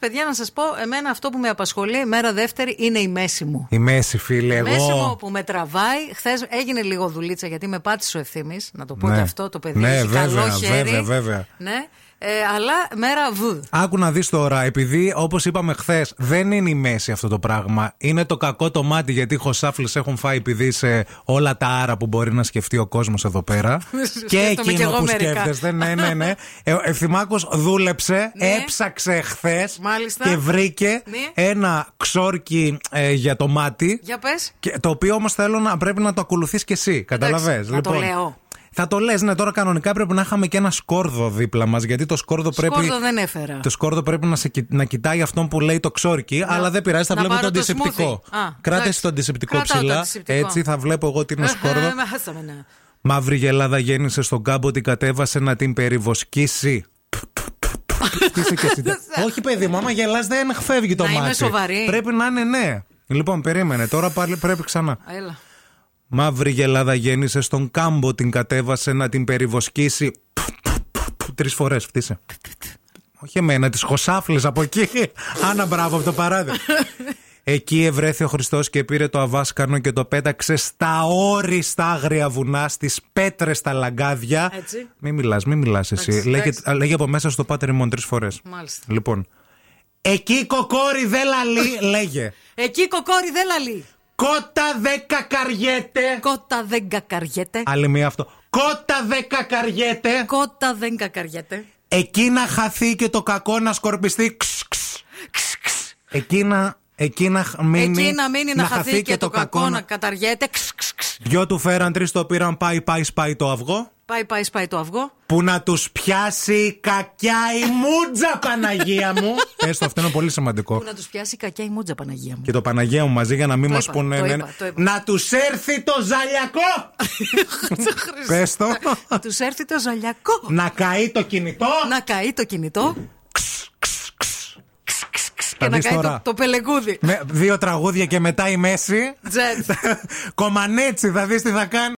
Παιδιά, να σας πω, εμένα αυτό που με απασχολεί μέρα δεύτερη είναι η μέση μου. Η μέση, φίλε, εγώ. Η μέση μου που με τραβάει. Χθες έγινε λίγο δουλίτσα γιατί με πάτησε ο ευθύνη. Να το πω και Ναι. αυτό το παιδί. Ναι, έχει καλό βέβαια, χέρι. βέβαια, βέβαια. Ναι, ε, αλλά μέρα βουδ. Άκου να δεις τώρα, επειδή όπως είπαμε χθες, δεν είναι η μέση αυτό το πράγμα. Είναι το κακό το μάτι γιατί οι χωσάφλες έχουν φάει επειδή σε όλα τα άρα που μπορεί να σκεφτεί ο κόσμος εδώ πέρα. και Σκέφτομαι κι εκείνο εγώ που μερικά. σκέφτεστε. Ναι, ναι, ναι. Ε, ο Ευθυμάκος δούλεψε, Ναι. έψαξε χθες Μάλιστα. και βρήκε Ναι. ένα ξόρκι ε, για το μάτι. Για πες. Και, το οποίο όμως θέλω να πρέπει να το ακολουθείς κι εσύ. Καταλαβέ. να το λέω. Θα το λες, ναι, τώρα κανονικά πρέπει να είχαμε και ένα σκόρδο δίπλα μας. Γιατί το σκόρδο πρέπει. Σκόρδο ναι. δεν έφερα. Το σκόρδο πρέπει να, σε, κοι- να κοιτάει αυτόν που λέει το ξόρκι, αλλά δεν πειράζει, θα να βλέπω το πάρω το αντισηπτικό. smoothie. Α, Κράτησε εντάξει. το αντισηπτικό Κρατάω το ψηλά. αντισηπτικό. Έτσι θα βλέπω εγώ τι είναι σκόρδο. Ε, μα, χάσαμε, ναι. Μαύρη γελάδα γέννησε στον κάμπο, την κατέβασε να την περιβοσκήσει. Χτίσε και εσύ. Όχι, παιδί μου, άμα γελάς δεν φεύγει το Να είμαι μάτι. σοβαρή. Πρέπει να είναι ναι. Λοιπόν, περίμενε, τώρα πάλι πρέπει ξανά. Έλα. Μαύρη γελάδα γέννησε στον κάμπο, την κατέβασε να την περιβοσκήσει. Τρεις φορές φτύσε. Όχι εμένα, τις χωσάφλες από εκεί. Άννα, μπράβο από το παράδειγμα. Εκεί ευρέθη ο Χριστός και πήρε το αβάσκανο και το πέταξε στα όριστα άγρια βουνά, στις πέτρες, στα λαγκάδια. Έτσι. Μην μιλά, μην μιλάς εσύ. Εντάξει, Λέγε, εντάξει. α, λέγε από μέσα στο πάτερ ημών τρεις φορές. Μάλιστα. Λοιπόν. Εκεί κοκόρι δεν λαλεί, λέγε. Εκεί η κοκόρη δεν λαλεί. Κότα δεν κακαριέται. Κότα δεν κακαριέται. Άλλη μία αυτό. Κότα δεν κακαριέται. Κότα δεν κακαριέται. Εκεί να χαθεί και το κακό να σκορπιστεί. Ξ, ξ. Εκεί να, εκεί να χ- μείνει. Εκεί να μείνει να, χαθεί και, το κακό να καταργέται. Ξ, ξ, ξ. Δυο του φέραν, τρεις το πήραν. Πάει, πάει, σπάει το αυγό. Πάει, πάει, σπάει το αυγό. Που να τους πιάσει κακιά η μουτζα, Παναγία μου. Έστω αυτό είναι πολύ σημαντικό. Που να τους πιάσει κακιά η μούτζα, Παναγία μου. Και το Παναγία μου μαζί για να μην Το μας είπα, πούνε. το ναι, είπα, ναι. το είπα. Να τους έρθει το ζαλιακό! Πες το. Τους έρθει το ζαλιακό. να καεί το κινητό. να καεί το κινητό. και Θα να δεις καεί το, τώρα. Ναι. το πελεγούδι. Με δύο τραγούδια και μετά η μέση. Τζετ. Κομανέτσι, θα δεις τι θα κάνει.